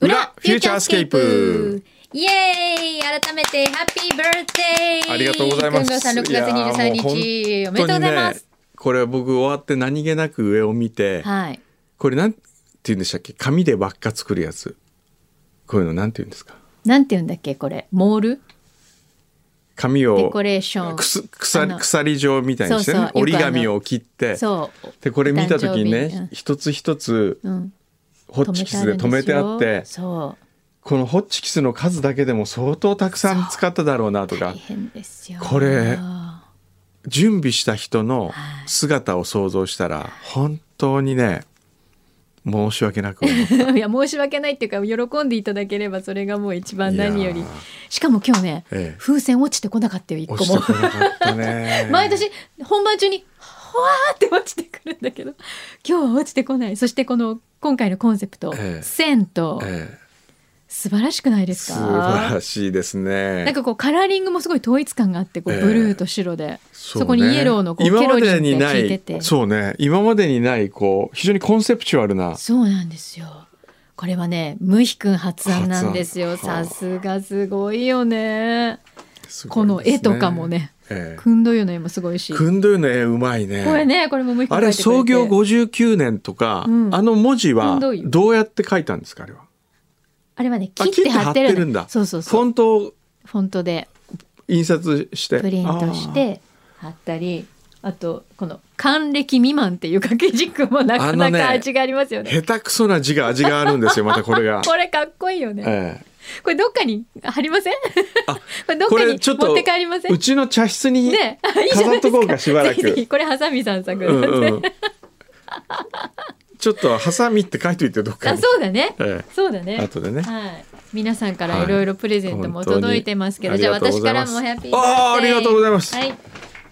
フューチャースケープイエーイ改めてハッピーバースデーありがとうございますくんさん6月23い日やーおもめでとうございま本当にねす、これは僕終わって何気なく上を見て、はいこれなんて言うんでしたっけ紙で輪っか作るやつこういうのなんて言うんですかなんて言うんだっけこれモール紙をデコレーションくすあ鎖の鎖状みたいにしてねそうそう折りよくあの紙を切ってそうでこれ見た時にお誕生日ね一つ一つうんうんホッチキスで止めてあっ止めるんてですよそうこのホッチキスの数だけでも相当たくさん使っただろうなとか大変ですよこれ準備した人のはい姿を想像したら本当にね申し訳 なく思 ういや申し訳ないっていうか喜んでいただければそれがもう一番何よいりやーしかも今日ね、ええ風船落ちてこなかったよ一個落ちてもこなかったね 毎年本番中にほわーって落ちてくるんだけど今日は落ちてこないそしてこの今回のコンセプトえ「え線」とええ素晴らしくないです素晴からしいですねなんかこうカラーリングもすごい統一感があってこうええブルーと白で、そそうねこにイエローのこう今ケロまリンがでにな効いていてそうね今までにないこう非常にコンセプチュアルなそうなんですよ。これはね、ムヒ君発案なんですよ。発案さすがすごいよね。すごこいですねの絵とかもね、ええくんどゆの絵もすごいし。こくんどゆの絵うまいねれね、これもムヒ君あれ創業5 59年とか、うんあの文字くはんどゆどうやって書いたんですかあれはあれはね、あ切って貼ってる切って貼ってるんだそうそうフそォう。ントをフォントで印刷してプリントして貼ったり、あとこの還暦未満っていう掛け軸もなかあのなねか味がありますよあね。ー下手くそな字が味があるんで すよまたこれがこれかっこいいよね。えこれどっかに貼りません？あこれどっこかにれちょっと持って帰りませんえ、う？ちの茶室にね、あいいじゃな飾いっとこうかしばら ぜひぜくひこれハサミさん作うなんんで、うん、ちょっとハサミって書いといてどっかあにそうだね、えそうだえね後でねはい皆さんからいろいろプレゼントもはい本当に届いてますけど、ありじゃあがとうご私ざかいまらすもハッピーあーありがとうございますはいい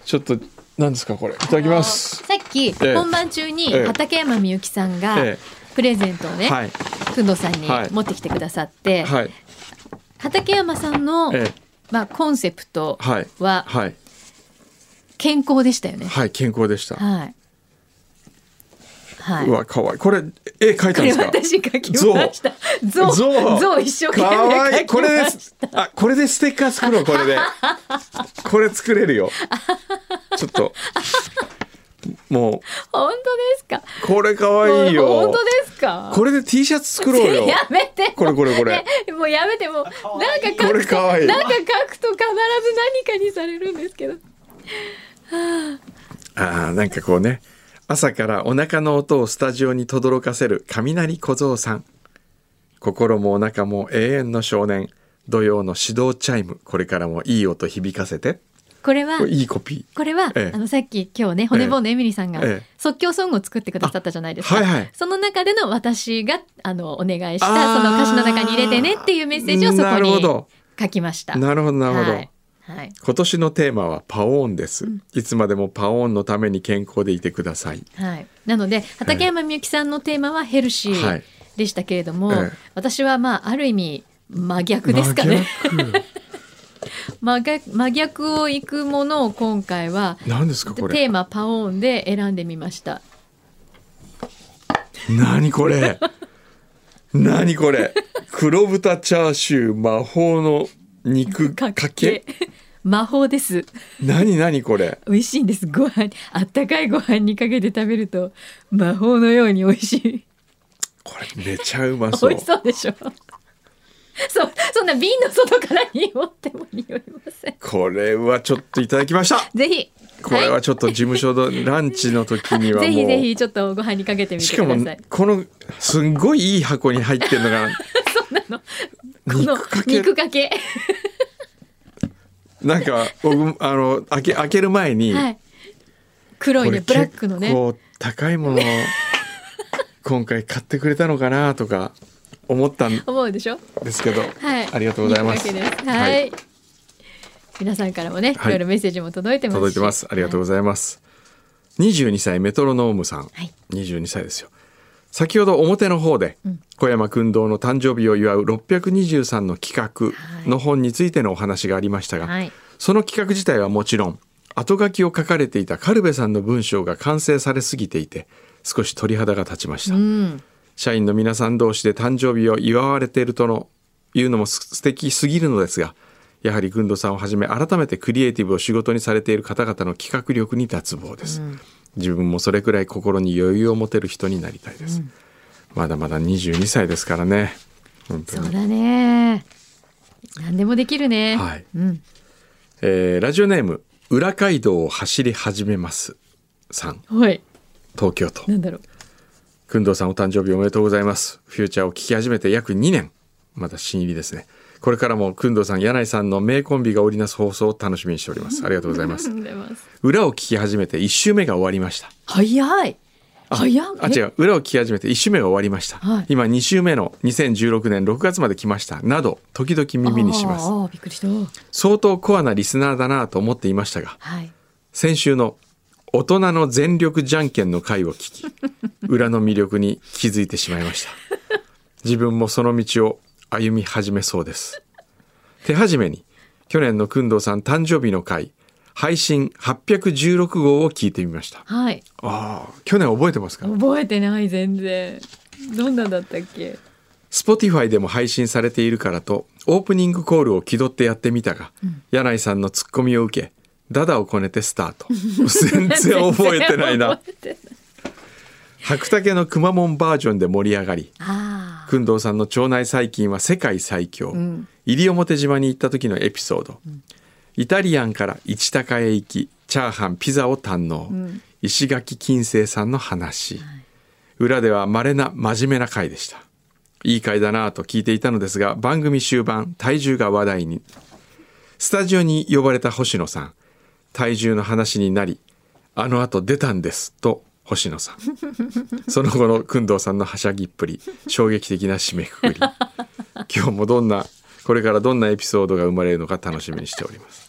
ちょっと何ですかこれいただきますさっき、ええ本番中にええ畠山みゆきさんが、えプレゼントをね、はいくんどうさんにはい持ってきてくださって、はい畠山さんの、ええまあ、コンセプトはいははい健康でしたよね。はい健康でした、はい。はうわ可愛いこれ絵描いこたんでれすか私書きました。ゾウ、ゾウゾウ一生懸かわ命い書いきこまれでした。すあこれでステッカー作ろうこれで これ作れるよちょっとも本当ですうこれかか。わいいよもう本当ですか。これで T シャツ作ろう よやめて。これこれこれねもうやめてもうなんか書くとこれかわいいなんか書くと必ず何かにされるんですけど。あーなんかこうね朝からお腹の音をスタジオに轟かせる雷小僧さん心もお腹も永遠の少年土曜の指導チャイムこれからもいい音響かせてこれはこれいいコピこれは、ええあのさっき今日ね骨棒のエミリーさんがええ即興ソングを作ってくださったじゃないですか、あはいはいその中での私があのお願いしあたーその歌詞の中に入れてねっていうメッセージをそなこるほにど書きましたーなるほどなるほど、はいはい、今年のテーマはパオーンです、いつまでもパオーンのために健康でいてくださいはい、なので畠山みゆきさんのテーマはヘルシはーいでしたけれども、ええ私はまあある意味真逆ですかね真逆真逆をいくものを今回は何ですかこテれーマ「パオーン」で選んでみました何これ何これ黒豚チャーシュー魔法の肉かけ 魔法です何何これ美味しいんですご飯あったかいご飯にかけて食べると魔法のように美味しいこれめちゃうまそう美味しそうでしょそうそんな瓶の外から匂っても匂いませんこれはちょっといただきましたぜひこれはちょっと事務所のランチの時にはもうぜひぜひちょっとご飯にかけてみてしくかもださい。このすんごいいい箱に入ってる のがこの肉かけ肉かけ。なんか僕あの開け開ける前に、はい。黒いね、ブラックのね。こう高いものを今回買ってくれたのかなとか思ったん思うでしょですけど、はい。ありがとうございます肉かけですはい。はい皆さんからもね、いはいろいろメッセージも届いてますし。届いてますありがとうございます、22歳メトロノームさん、はい22歳ですよ先ほど表の方でん小山君堂の誕生日を祝う623の企画の本についてのお話がありましたが、はい。その企画自体はもちろん後書きを書かれていた軽部さんの文章が完成されすぎていて少し鳥肌が立ちました、うん。社員の皆さん同士で誕生日を祝われているとのいうのもす素敵すぎるのですがやはり軍藤さんをはじめ改めてクリエイティブを仕事にされている方々の企画力に脱帽です、自分もそれくらい心に余裕を持てる人になりたいです、まだまだ22歳ですからね本当そにうだね何でもできるね、はいうん、えーラジオネーム「裏街道を走り始めます」さんはい東京都なんだろうくんどうさんお誕生日おめでとうございますフューチャーを聞き始めて約2年まだ新入りですねこれからもくんどうさん柳井さんの名コンビが織りなす放送を楽しみにしておりますありがとうございまありがとすうございます裏を聞き始めて1週目が終わりました早い早いあ違う裏を聞き始めて1週目が終わりました、はい今2週目の2016年6月まで来ましたなど時々耳にしますあーあーびっくりした相当コアなリスナーだなと思っていましたがはい先週の大人の全力じゃんけんの回を 聞き裏の魅力に気づいてしまいました自分もその道を歩み始めそうです手始めに去年の工藤さん誕生日の回配信816号を聞いてみましたはいああ去年覚えてますか覚えてない全然どんなんだったっけ Spotify でも配信されているからとオープニングコールを気取ってやってみたが、柳井さんのツッコミを受けダダをこねてスタート 全然覚えてないな全然覚えてない白竹のくまモンバージョンで盛り上がりああ工藤さんの腸内細菌は世界最強、ん西表島に行った時のエピソード、イタリアンから市高へ行きチャーハンピザを堪能、石垣金星さんの話、裏では稀な真面目な回でしたいい回だなぁと聞いていたのですが番組終盤体重が話題にスタジオに呼ばれた星野さん体重の話になりあのあと出たんですと星野さんその後の工藤さんのはしゃぎっぷり衝撃的な締め くくり今日もどんなこれからどんなエピソードが生まれるのか楽しみにしております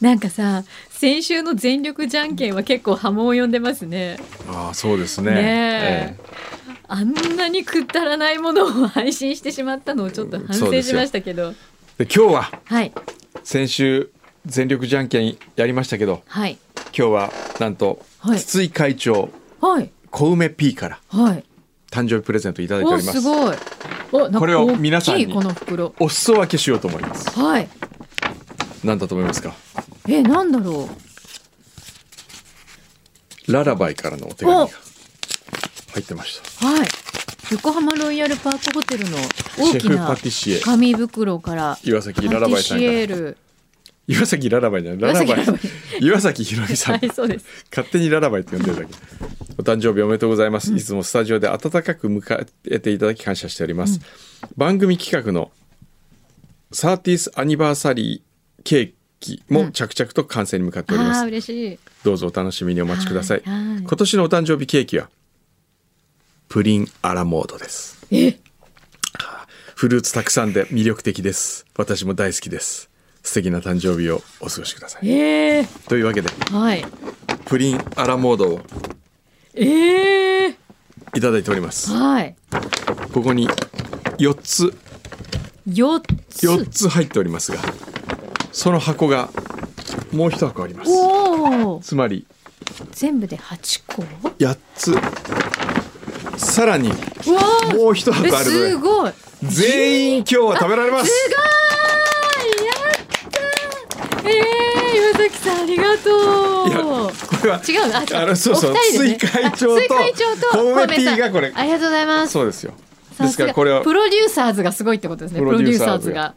なんかさ先週の全力じゃんけんは結構波紋を呼んでますねああそうですねえあんなにくだらないものを配信してしまったのをちょっと反そう省ですしよましたけどで今日ははい先週全力じゃんけんやりましたけどはい今日はなんと、はい筒井会長はい小梅 P からはい誕生日プレゼントいただいておおりますすごいおなんかこれを皆さんに大きいこの袋お裾分けしようと思いますはい何だと思いますかえなんだろララバイからのお手紙が入ってましたうはい横浜ロイヤルパークホテルの大シきェフなパティシエ紙袋から岩崎ララバパティイさんシからエール岩崎ララバイじゃないララバ岩イ崎ララバ岩崎ひろみさはんいそうです勝手にララバイって呼んでるだけお誕生日おめでとうございます、いつもスタジオで温かく迎えていただき感謝しております、番組企画の 30th アニバーサリーケーキも着々と完成に向かっております、ああ嬉しいどうぞお楽しみにお待ちください、はいはい今年のお誕生日ケーキはプリンアラモードですえフルーツたくさんで魅力的です私も大好きです素敵な誕生日をお過ごしくださいえー、というわけではいプリンアラモードをええいただいておりますはいここに4つ四つ4つ入っておりますがその箱がもう1箱ありますおおつまり全部で八個8つさらにもうわーう1え箱あるすのでごい全員今日は食べられますすごいやったーえー、岩崎さんありがいやとうこれは違うのあ違あのそうそうお二人ですね追会長とあ追会長と小梅 P さんがこれありがとうございますそうですよさですすがからこれはプロデューサーズがすごいってことですねプロデューサーズが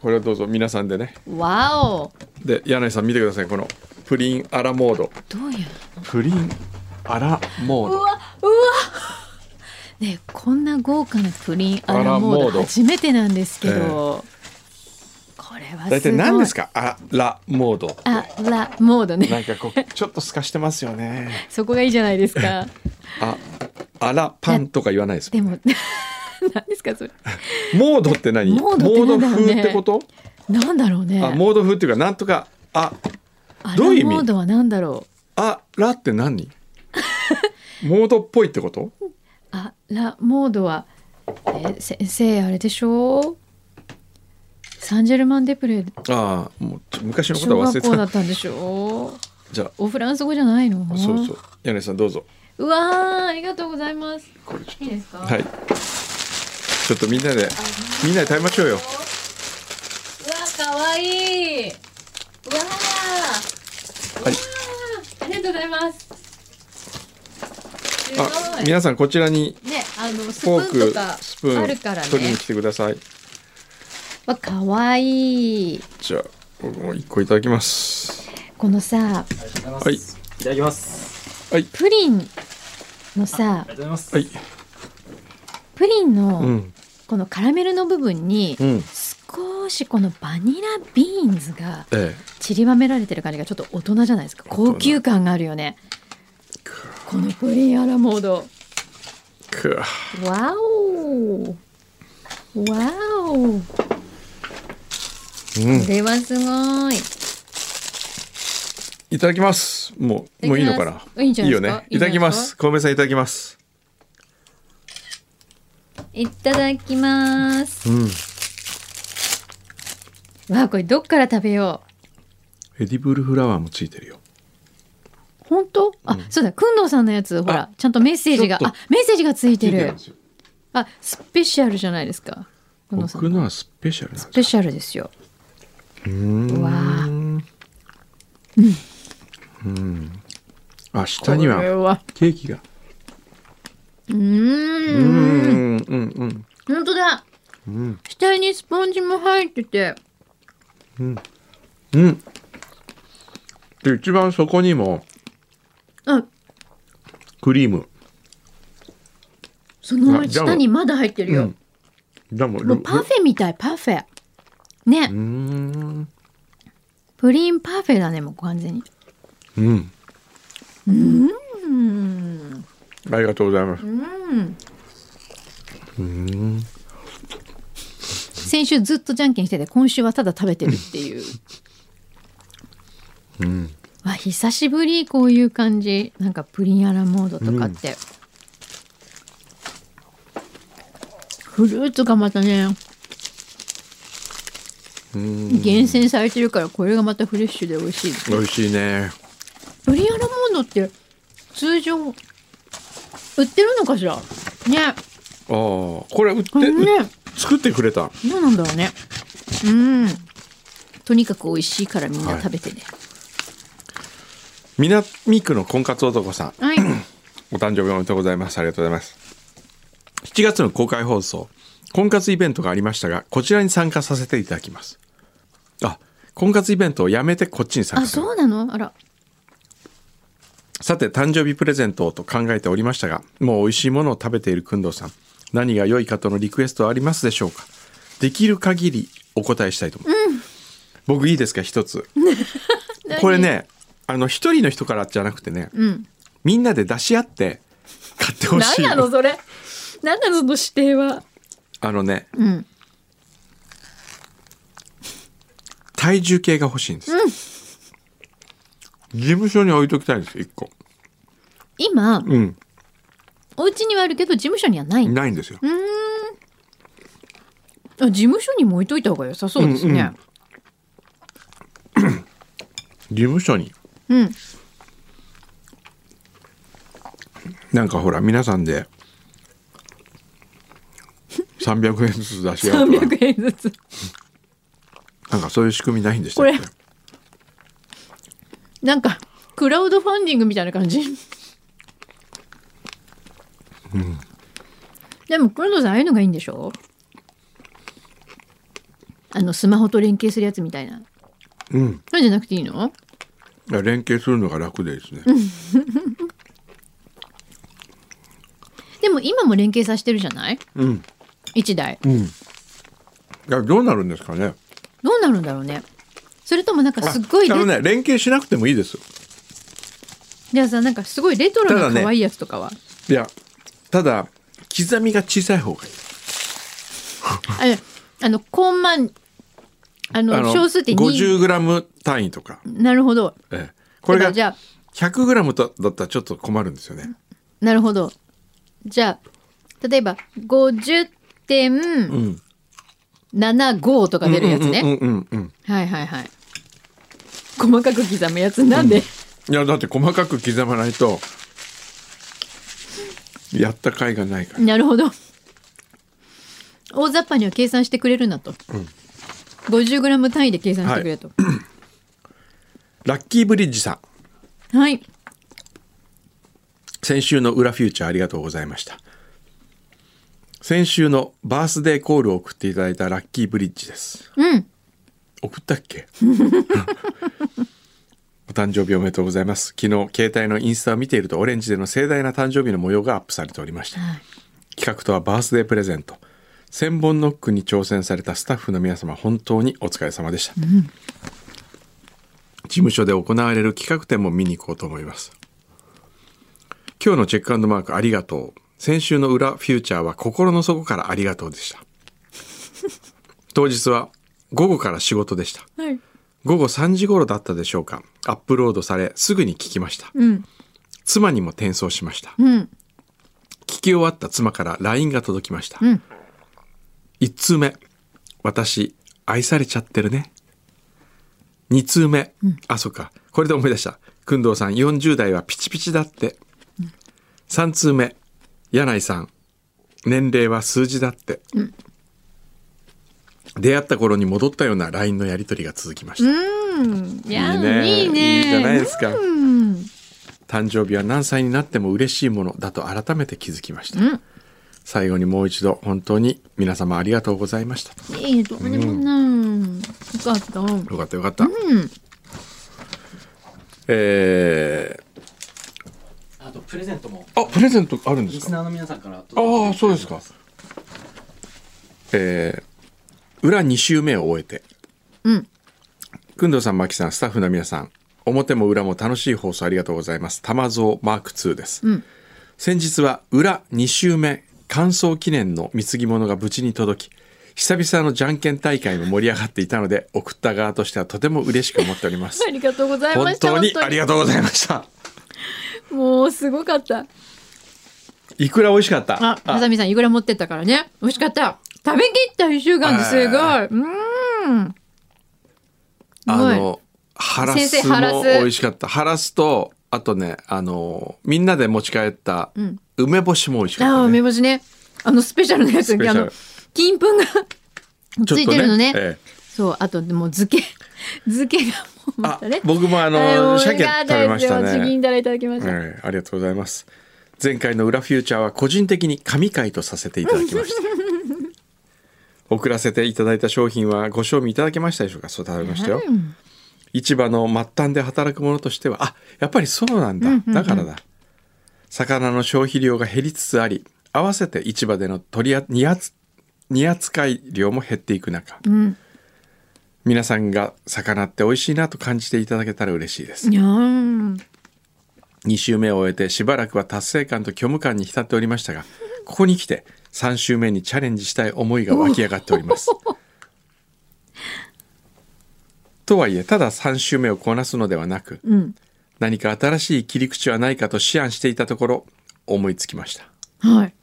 これはどうぞ皆さんでねわおで柳井さん見てくださいこのプリンアラモードどういうプリンアラモーうわうドわねえこんな豪華なプリンアアララモードモード初めてなんですけど、これはすごい大体何ですかアラモードってあラモードなんねかこうちょっと透かしてますよねそこがいいじゃないです かあ、あらパンとか言わないですもん。でも 何ですかそれモードって何？モードってなんだろうねモード風ってこと？なんだろうねあ、モード風っていうかなんとかあ、アラどういう意味モードは何だろうあらっ て何？モードっぽいってこと？あラモードは、えー先生あれでしょうサンジェルマンデプレああ、もうちょ昔のこと小は忘れ学て校だた。ったんでしょうじゃおフランス語じゃないのあ、そうそう。柳井さんどうぞ。うわーありがとうございますこれちょっいいですかとはいちょっとみんなでみんなで食べましょうようわーかわいいうわーはわいうーありがとうございますすごいあ皆さんこちらにねあのスプフォーーンとクかスプあるからーン取りねに来てくださいわかわいいじゃあ僕も一個いただきますこのさありがとうござはいいます。いただきます。はいプリンのさありがとうござはいいプリンの、うんこのカラメルの部分に、うん少しこのバニラビーンズがええ散りばめられてる感じがちょっと大人じゃないですか大人高級感があるよねこのプリンアラモードくわわおわおこうんれはすごいいただきますもうもういいのかいただきなますいいんじゃないですかよねいただきます小梅さんいただきますいただきますうんわあこれどっから食べようエディブルフラワーもついてるよ本当あ、そうだくんどうさんのやつほらちゃんとメッセージがちょっあとメッセージがついてついるるんですよあスペシャルじゃないですかくんどうさん僕のはスペシャルなんスでペすシャルですようーんわああ下にこれははケーキがうーうんんうんうん本当だうん下にスポンジも入っててうんで一番そこにもあクリームそのあジャム下にまだ入ってるよ、でももうパフェみたいパフェね、うーんプリンパフェだねもう完全にうんうんありがとうございますうんうん先週ずっとじゃんけんしてて今週はただ食べてるっていううんわ久しぶりこういう感じなんかプリンアラモードとかって、フルーツがまたねうん厳選されてるからこれがまたフレッシュで美味しいです美味しいねプリンアラモードって通常売ってるのかしらねああこれ売ってこれね売っ作ってくれたどうなんだろうねうんとにかく美味しいからみんな食べてね南区の婚活男さんはい、お誕生日おめでとうございますありがとうございます7月の公開放送婚活イベントがありましたがこちらに参加させていただきますあ婚活イベントをやめてこっちに参あ加するそうなのあらさて誕生日プレゼントをと考えておりましたがもう美味しいものを食べている工藤さん何が良いかとのリクエストはありますでしょうかできる限りお答えしたいと思います、僕いいですか一つこれねあの一人の人からじゃなくてね、うんみんなで出し合って買ってほし何いなのそれ何なのその指定はあのねうん体重計が欲しいんです、事務所に置いときたいんです一個今うんお家にはあるけど事務所にはないのないんですよ、あ事務所にも置いといた方が良さそうですね事務所にうん、なんかほら皆さんで300円ずつ出し合うとか300円ずつなんかそういう仕組みないんでしたっけこなんかクラウドファンディングみたいな感じ、でも黒田さんああいうのがいいんでしょあのスマホと連携するやつみたいなうんそうじゃなくていいのいや連携するのが楽でですね、でも今も連携させてるじゃないうん1台うんいやどうなるんですかねどうなるんだろうねそれともなんかすっごいあレあのね連携しなくてもいいですじゃあさなんかすごいレトロただなね可愛いやつとかは、いやただ刻みが小さい方がいいあれあのコンマンあのあの小数点2 50g 単位とか、なるほどええこれだかがらじゃあ 100g とだったらちょっと困るんですよねなるほど。じゃあ、例えば50.75うんとか出るやつうんね。うんうん、うんはいはいはい。細かく刻むやつなんで、いやだって細かく刻まないとやった甲斐がないからなるほど大雑把には計算してくれるなと、50g 単位で計算してくれとはい、ラッキーブリッジさん先週の裏フューチャーありがとうございました先週のバースデーコールを送っていただいたラッキーブリッジですうん送ったっけ お誕生日おめでとうございます昨日携帯のインスタを見ているとオレンジでの盛大な誕生日の模様がアップされておりました、はい企画とはバースデープレゼント千本ノックに挑戦されたスタッフの皆様本当にお疲れ様でした、事務所で行われる企画展も見に行こうと思います今日のチェックマークありがとう先週の裏フューチャーは心の底からありがとうでした当日は午後から仕事でしたはい午後3時頃だったでしょうかアップロードされすぐに聞きました、ん妻にも転送しました、うん聞き終わった妻から LINE が届きました、ん1通目私愛されちゃってるね2通目、あそっかこれで思い出した工藤さん40代はピチピチだって、3通目柳井さん年齢は数字だって、出会った頃に戻ったような LINE のやり取りが続きました、いやいいいいねねいいじゃないですかうん誕生日は何歳になっても嬉しいものだと改めて気づきました、うん最後にもう一度本当に皆様ありがとうございましたいいどうにもないよかったうよかったよかった、んえあとプレゼントもー、あプレゼントあるんでリすスナかーの皆さんからああそうですかえー、裏2週目を終えてうん工藤さん、牧さん、スタッフの皆さん、表も裏も楽しい放送ありがとうございます。玉蔵マーク2です。うん先日は裏2週目、完走記念の貢ぎ物が無事に届き、久々のじゃんけん大会も盛り上がっていたので、送った側としてはとても嬉しく思っておりますあ。りがとうございま本した当にありがとうございました。もうすごかったいくら美味しかった。あ、はさみさんいくら持ってったからね美味しかった食べきった一週間ですごいあうんあすごいの、ハラ先ス生ハラもス美味しかった。ハラスと、あとね、あの、みんなで持ち帰ったん梅干しも美味しかっあた、梅ね。干しねあのスペシャルなやつスペシャあルの金粉がちょっつといてるのねええそうあとでも漬け 漬けがもうまあたね、僕もはあいの、鮭美味食かったべましたですよチキンね。だらいただきました、ええありがとうございます。前回の裏フューチャーは個人的に神回とさせていただきま した。送らせていただいた商品はご賞味いただけましたでしょうかそう食べましたよ。うん市場の末端で働く者としてはあやっぱりそうなんだ、んうんうんだからだ魚の消費量が減りつつあり合わせて市場での取りあ荷扱荷扱い量も減っていく中、ん皆さんが魚って美味しいなと感じていただけたら嬉しいです、にゃーん2週目を終えてしばらくは達成感と虚無感に浸っておりましたがここに来て3週目にチャレンジしたい思いが湧き上がっております。とはいえただ3週目をこなすのではなく、ん何か新しい切り口はないかと思案していたところ思いつきました。 はい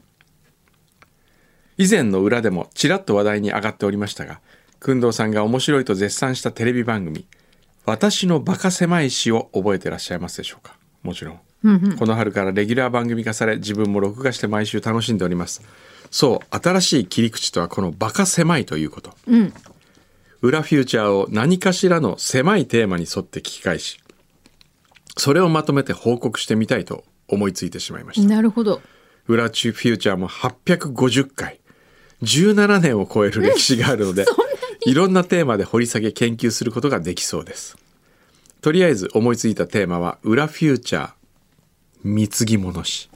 以前の裏でもちらっと話題に上がっておりましたが工藤さんが面白いと絶賛したテレビ番組「私のバカ狭い詩」を覚えてらっしゃいますでしょうかもちろん、この春からレギュラー番組化され自分も録画して毎週楽しんでおりますそう新しい切り口とはこの「バカ狭い」ということ、ん裏フューチャーを何かしらの狭いテーマに沿って聞き返しそれをまとめて報告してみたいと思いついてしまいましたなるほどウラチフューチャーも850回17年を超える歴史があるのでいろんなテーマで掘り下げ研究することができそうですとりあえず思いついたテーマは「裏フューチャー貢ぎ物史」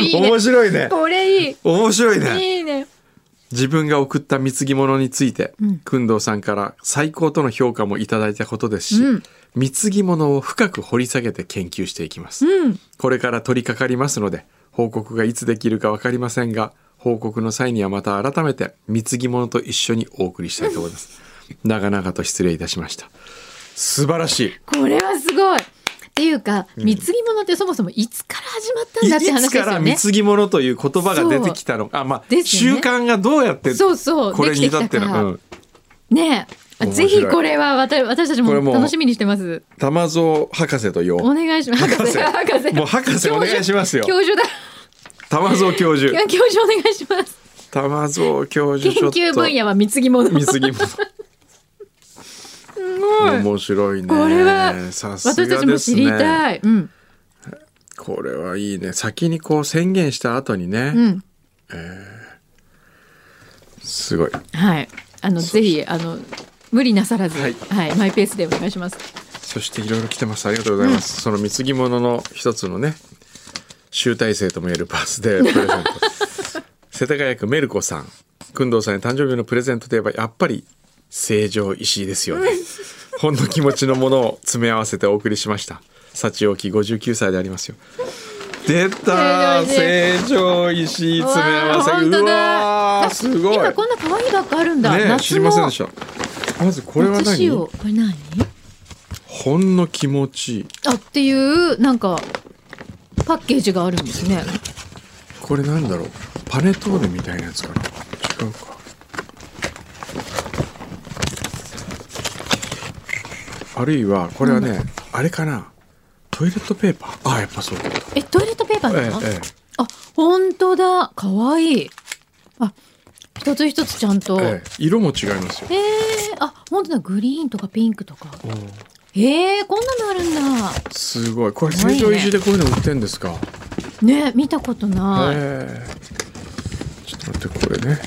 いいね面白いねこれいい面白いねいいね自分が送った貢ぎ物について、工藤さんから最高との評価もいただいたことですし、貢ぎ物を深く掘り下げて研究していきます、これから取り掛かりますので報告がいつできるか分かりませんが報告の際にはまた改めて貢ぎ物と一緒にお送りしたいと思います長々と失礼いたしました素晴らしいこれはすごいっていうか貢ぎ物ってそもそもいつから始まったんだってい話つですからよね貢ぎ物という言葉が出てきたのかあまあ、です習よね慣がどうやってそうそうこれでにき至てっきたかてるらうんねえあ面白ぜいひこれは私私たちこもれもう楽しみにしてます。玉蔵博士とよお願いします。博士博士。もう博士お願いしますよ教授だ。玉蔵教い授や教授お願いします。玉蔵 教研授ちょっと究分野は貢ぎ物。見すぎも すごい。面白いねこれはさすがで私すねたちも知りたい。うんこれはいいね先にこう宣言した後にね、うんすごいはい。あのぜひあの無理なさらず、ははいい、マイペースでお願いします。そしていろいろ来てますありがとうございます、その貢ぎ物の一つのね集大成ともいえるバース デープレゼント世田谷区メルコさん工藤さんに誕生日のプレゼントといえばやっぱり成城石井ですよね ほんの気持ちのものを詰め合わせてお送りしました幸置59歳でありますよ出た成成城石井詰め合わせうわー本う当わだ。ーすごい今こんな可愛いバッグあるんだ。ねえ知りませんでしたまずこれは夏仕様何これ何？ほんの気持ちあっていうなんかパッケージがあるんですね。これなんだろうパネトーネみたいなやつかな違うかあるいはこれはねあれかなトイレットペーパーあやっぱそうだ、えトイレットペーパーえなの？ええあ本当だ。可愛いあ一つ一つちゃんと。ええええ色も違いますよー、あ本当だグリーンとかピンクとか。えー、こんなのあるんだ。すごいこれすごい成ね城石井でこういうの売ってんですかね見たことない。ええちょっと待ってこれね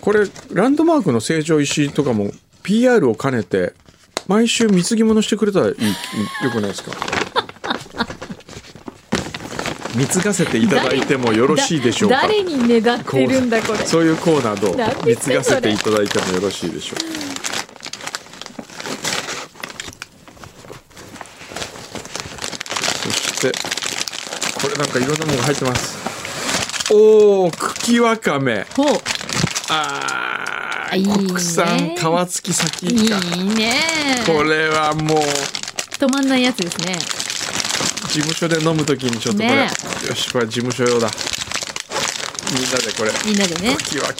これランドマークの成城石井とかも PR を兼ねて毎週貢ぎ物してくれたらいいいよくないですか 貢がせていただいてもよろしいでしょうかだ誰にねだってるんだこれ。そういうコーナーどうなんでそ貢れがせていただいてもよろしいでしょうかそしてこれなんかいろんなものが入ってますおお茎わかめほうあーいいね国産皮付き先いいかね。これはもう止まんないやつですね。事務所で飲むときにちょっとこれ、ねよしこれ事務所用だみんなでこれみんなでね。茎わか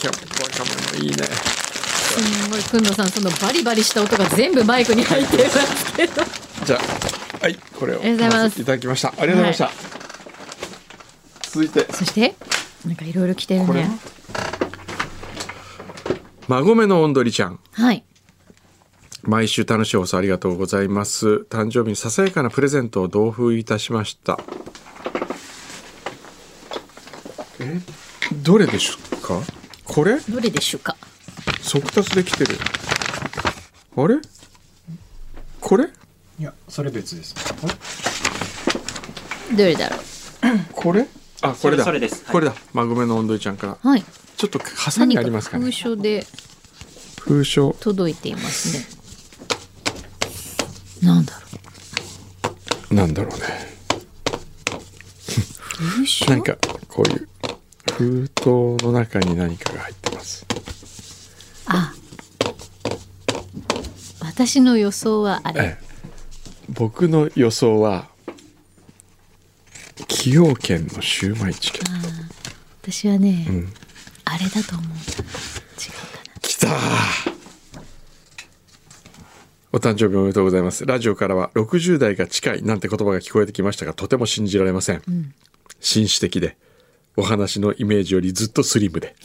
めもいいねすんごいくんのさんそのバリバリした音が全部マイクに入ってますけど。じゃあ、はい、これをありがとうございますいただきました。ありがとうございました。は続いて、そしてなんかいろいろ来てるこれねは。馬込のおんどりちゃん。はい。毎週楽しい放送ありがとうございます。誕生日にささやかなプレゼントを同封いたしました。え、どれでしょうかこれどれでしょうか。速達できてる。あれこれいやそれ別ですどれだろこれあ、これだ。それそれですはいこれだ。馬込のおんどりちゃんから。う。はい。ちょっと挟み何あかりますかね封。書で封書届いていますね。なんだろう。なんだろうね封書。なんかこういう封筒の中に何かが入ってますあ私の予想はあれええ僕の予想は崎陽軒のシューマイチキン私はね、んあれだと思う違うかきたーお誕生日おめでとうございますラジオからは60代が近いなんて言葉が聞こえてきましたがとても信じられません、紳士的でお話のイメージよりずっとスリムで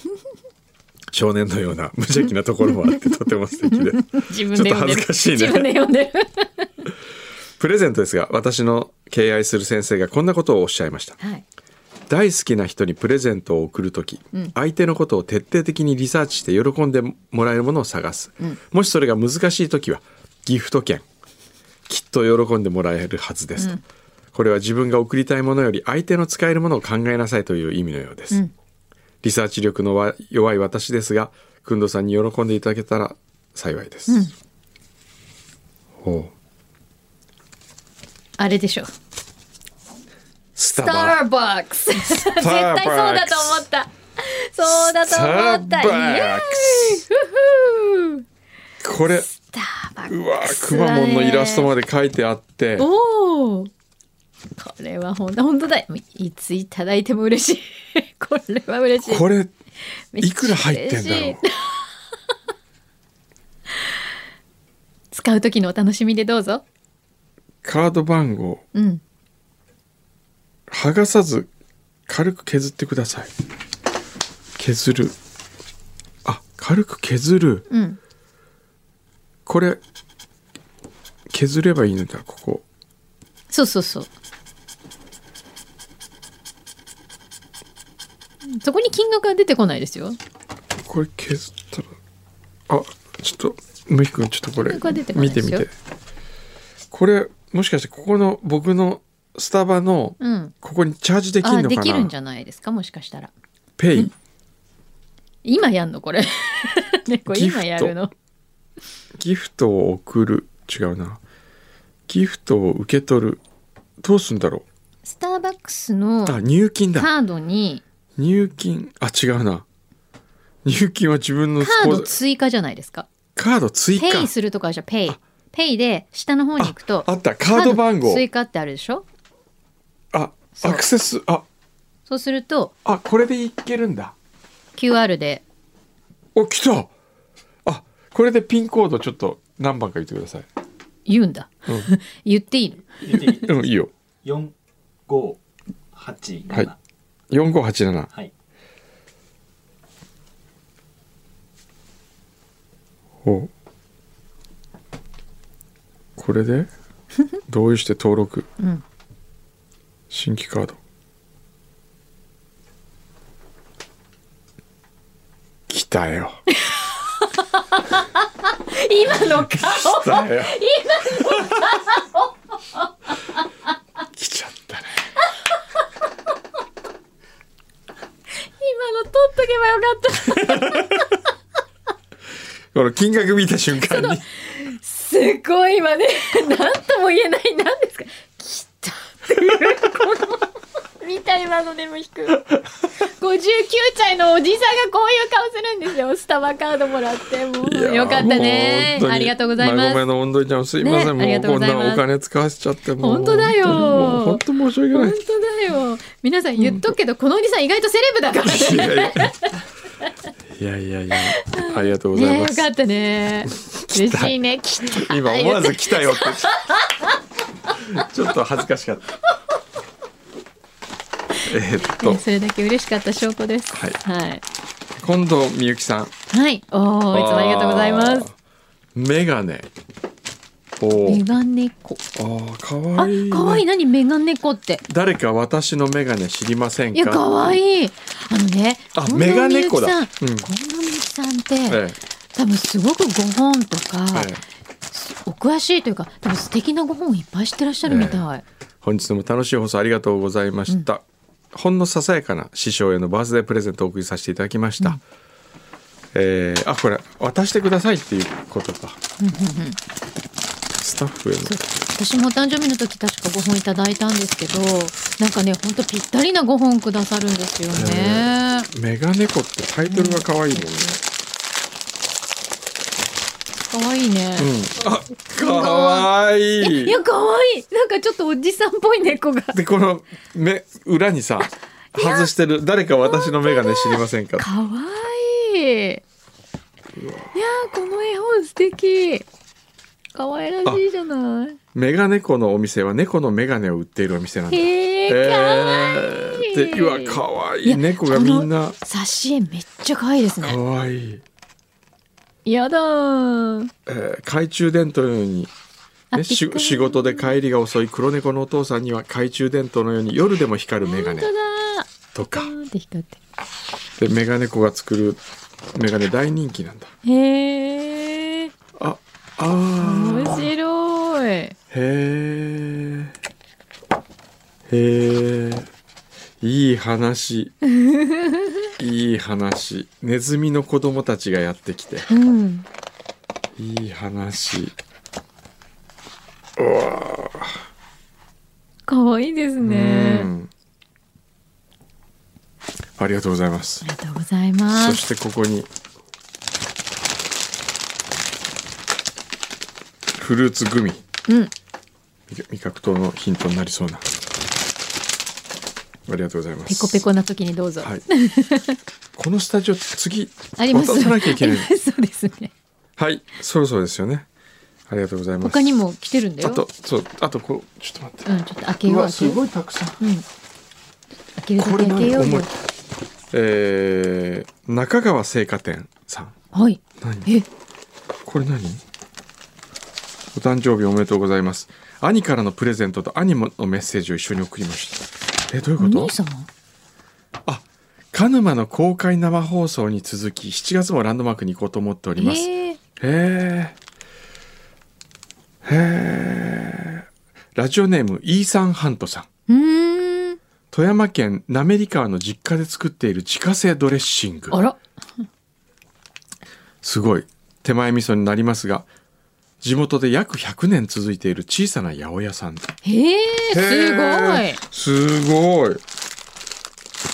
少年のような無邪気なところもあってとても素敵でな自分で読んでるちょっと恥ずかしいね自分で読んでるプレゼントですが私の敬愛する先生がこんなことをおっしゃいましたはい大好きな人にプレゼントを贈るとき、相手のことを徹底的にリサーチして喜んでもらえるものを探す、もしそれが難しいときはギフト券きっと喜んでもらえるはずですと、これは自分が贈りたいものより相手の使えるものを考えなさいという意味のようです、リサーチ力のわ弱い私ですがくんどさんに喜んでいただけたら幸いです、ほうあれでしょスタスタバーバックス絶対そうバックスだと思ったそうだと思ったスターバックイスエーイふふこれスターバックスうわーくまモンのイラストまで書いてあっておおこれはほん本当だいついただいても嬉しい これは嬉しいこれめっちゃいくら入ってんだろう嬉しい 使う時のお楽しみでどうぞ。カード番号うん。剥がさず軽く削ってください削るあ軽く削るうん。これ削ればいいのだここそうそうそう。そこに金額が出てこないですよ。これ削ったらあちょっとむひくんちょっとこれなんか出てこない見でてすよみてこれもしかしてここの僕のスタバのうん。ここにチャージできあるのでかきるんなじゃないですかもしかしたら。ペイ今やんのこれ。 ねこれギフ今トやるの。ギフトを送る違うなギフトを受け取るどうすんだろスターバックスのうあ入金だカードに入金あ違うな入金は自分のカード口座追加じゃないですか。カード追加ペイするとかじゃペイ。ペイで下の方に行くとあったカード番号追加ってあるでしょあそうアクセスあそうするとあこれでいけるんだ QR でお来たあこれでピンコードちょっと何番か言ってください言うんだ。うん 言っていいの言っていいうんいいよ四五八七はい4587はいおこれ で同意して登録うん。新規カード来たよ今の顔来たよ 来ちゃったね今の取っとけばよかった。この金額見た瞬間 にすごい今ね、なんとも言えない、なんですか。来たっていう、この、見た今のね、むひくん。59歳のおじさんがこういう顔するんですよ。スタバカードもらって、も。いうやよかったもねう本。当にありがとうございまごめすん。の温度ちゃんすいません、ねありがとうもうこござんいますなお金使わせちゃってもう本当だよもう本当申し訳な本い当だよ。皆さん言っとくけど、このおじさん意外とセレブだからね。いやいやいやいやいやありがとうござねいまよす、かったね。 嬉しいね。来た。今思わず来たよってちょっと恥ずかしかったえーえっとーそれだけ嬉しかった証拠です。はいはい。近藤美由紀さんいはい。おお、いつもありがとうございます。メガネおメーガネコ。あーかわあいい、ね、、可愛い何メガネコって。誰か私のメガネ知りませんかいや、可い愛いあのね、あ近藤メガネコだみゆきさんうん近藤みゆきさんって、え多分すごくご本とか、えええお詳しいというか、多分素敵なご本をいっぱい知ってらっしゃるみたい。本日も楽しい放送ありがとうございました、ほんのささやかな師匠へのバースデープレゼントをお送りさせていただきました、えーあこれ渡してくださいっていうことかうんうんうんスタッフへのそう私もお誕生日の時確かご本いただいたんですけど、なんかね、本当ぴったりなご本くださるんですよね。メガネコってタイトルが可愛いもんね。可愛いね。うん。あ、可愛いいや可愛いなんかちょっとおじさんっぽい猫がで、この目、裏にさ、外してる、誰か私のメガネ知りませんか可愛いいやーこの絵本素敵可愛らしいじゃなメガネコのお店は猫のメガネを売っているお店なんいだ。へええ可愛いい、ーで、うわ、可愛いいや猫がみんな、挿絵めっちゃ可愛いですね可愛いい。やだーえー懐中電灯のように、あね、びっくりし仕事で帰りが遅い黒猫のお父さんには懐中電灯のように夜でも光るメガ本ネ当だとーかポ。ーンって光ってで、メガネコが作るメガネ大人気なんだ。へえあ、あー面白いへえ。へえ。い い話。いい話。ネズミの子供たちがやってきて。うんいい話。可愛いですねうん。ありがとうございまあすり。がとうございまそすしてここに。フルーツグミ。うん味味覚糖のヒントになりそうな。ありがとうございます。ペコペコな時にどうぞ、はい。このスタジオ次あります 渡さなきゃいけない。ありますそうですねはい、そろそろですよね。ありがとうございます。他にも来てるんだよあと、そう、あと、こう、ちょっと待って。うんちょっと開けよううわ開けすようごいたくさんうん開けるだこれけ開け何よう重よい。えー、中川製菓店さん。はい何えこれ何お誕生日おめでとうございます。兄からのプレゼントと兄のメッセージを一緒に送りました。え、どういうおこと兄様あ、鹿沼の公開生放送に続き、7月もランドマークに行こうと思っております。えーへえ。へえ。ラジオネーム、イーサン・ハントさん。うーん富山県滑川の実家で作っている自家製ドレッシング。あらすごい。手前味噌になりますが、地元で約100年続いている小さな八百屋さん。へえすごいへーすごい。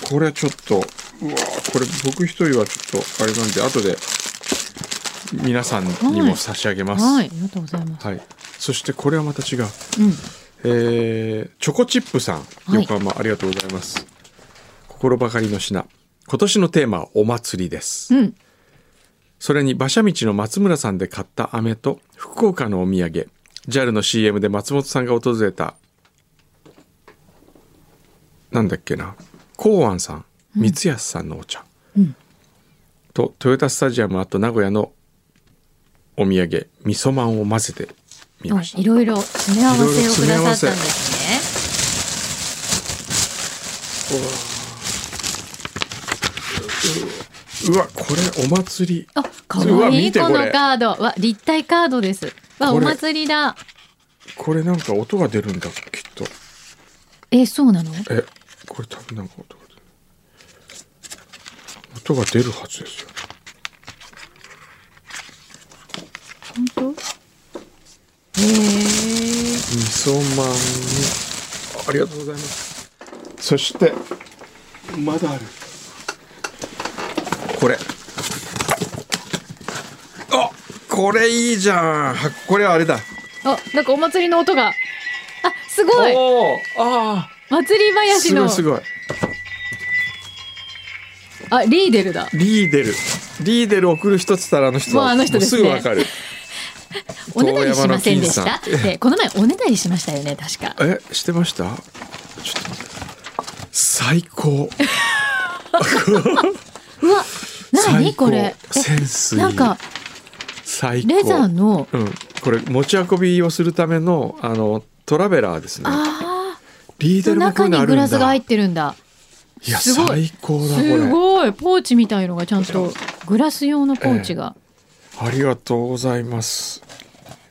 これちょっと、うわーこれ僕一人はちょっとあれなんで、後で皆さんにも差し上げます。はいありがとうございますはい。そしてこれはまた違うう。んえーチョコチップさん、い横浜、ありがとうございます。心ばかりの品。今年のテーマはお祭りです。うんそれに馬車道の松村さんで買った飴と福岡のお土産、JAL の CM で松本さんが訪れた、なんだっけな、公安さん、三安さんのお茶、うんと、トヨタスタジアムあと名古屋のお土産、味噌まんを混ぜてみあましたい。ろいろ詰め合わせをくださったんですねうわ、これお祭り。あ、かうわわい見いてここのれカード。わ、立体カードです。わ、こおれ祭りだ。これなんか音が出るんだきっとえ、そうなのえこれ多分なんか音が出る音が出るはずですよ本当へえ。味噌まんありがとうございますそしてまだあるこれあこれいいじゃんはこれはあれだあ、なんかお祭りの音が。あ、すごいおーあ祭りーす林ごのい。すごいあ、リーデルだ。リーデルリーデル送る人っつったらあの人もうあの人ですねもうぐわかるおねだりしませんでし遠山たえ、この前おねだりしましたよね、確か。えしてましたちょっと待って最高うわ、な最に高これ。センスえ、いいなんか、最高レザーの、うんこれ持ち運びをするためのあのトラベラーですねあリーーデのルも中こういうのにあるグんラだスが入ってるんだ。いやすごい最高だこすれごいポーチみたいのがちゃんとグラス用のポーチが、ありがとうございます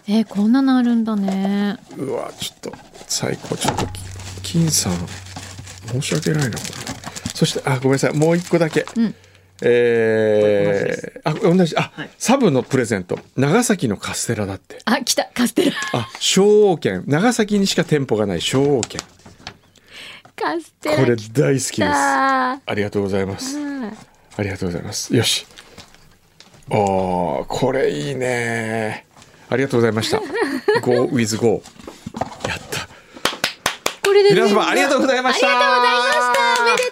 えーこんなのあるんだねうわちょっと最高ちょっと金さん申し訳ないなこれそしてあごめんなさいもう一個だけ、うんえー、あ同じあ、はいサブのプレゼント長崎のカステラだってあ来たカステラあ昭王県長崎にしか店舗がない昭王県カステラこれ来大好きですあたりがとうございますはいありがとうございますよしあーこれいいねありがとうござい ました Go with go やったこれで皆様ありがとうございましたありがとうございましたおめでとう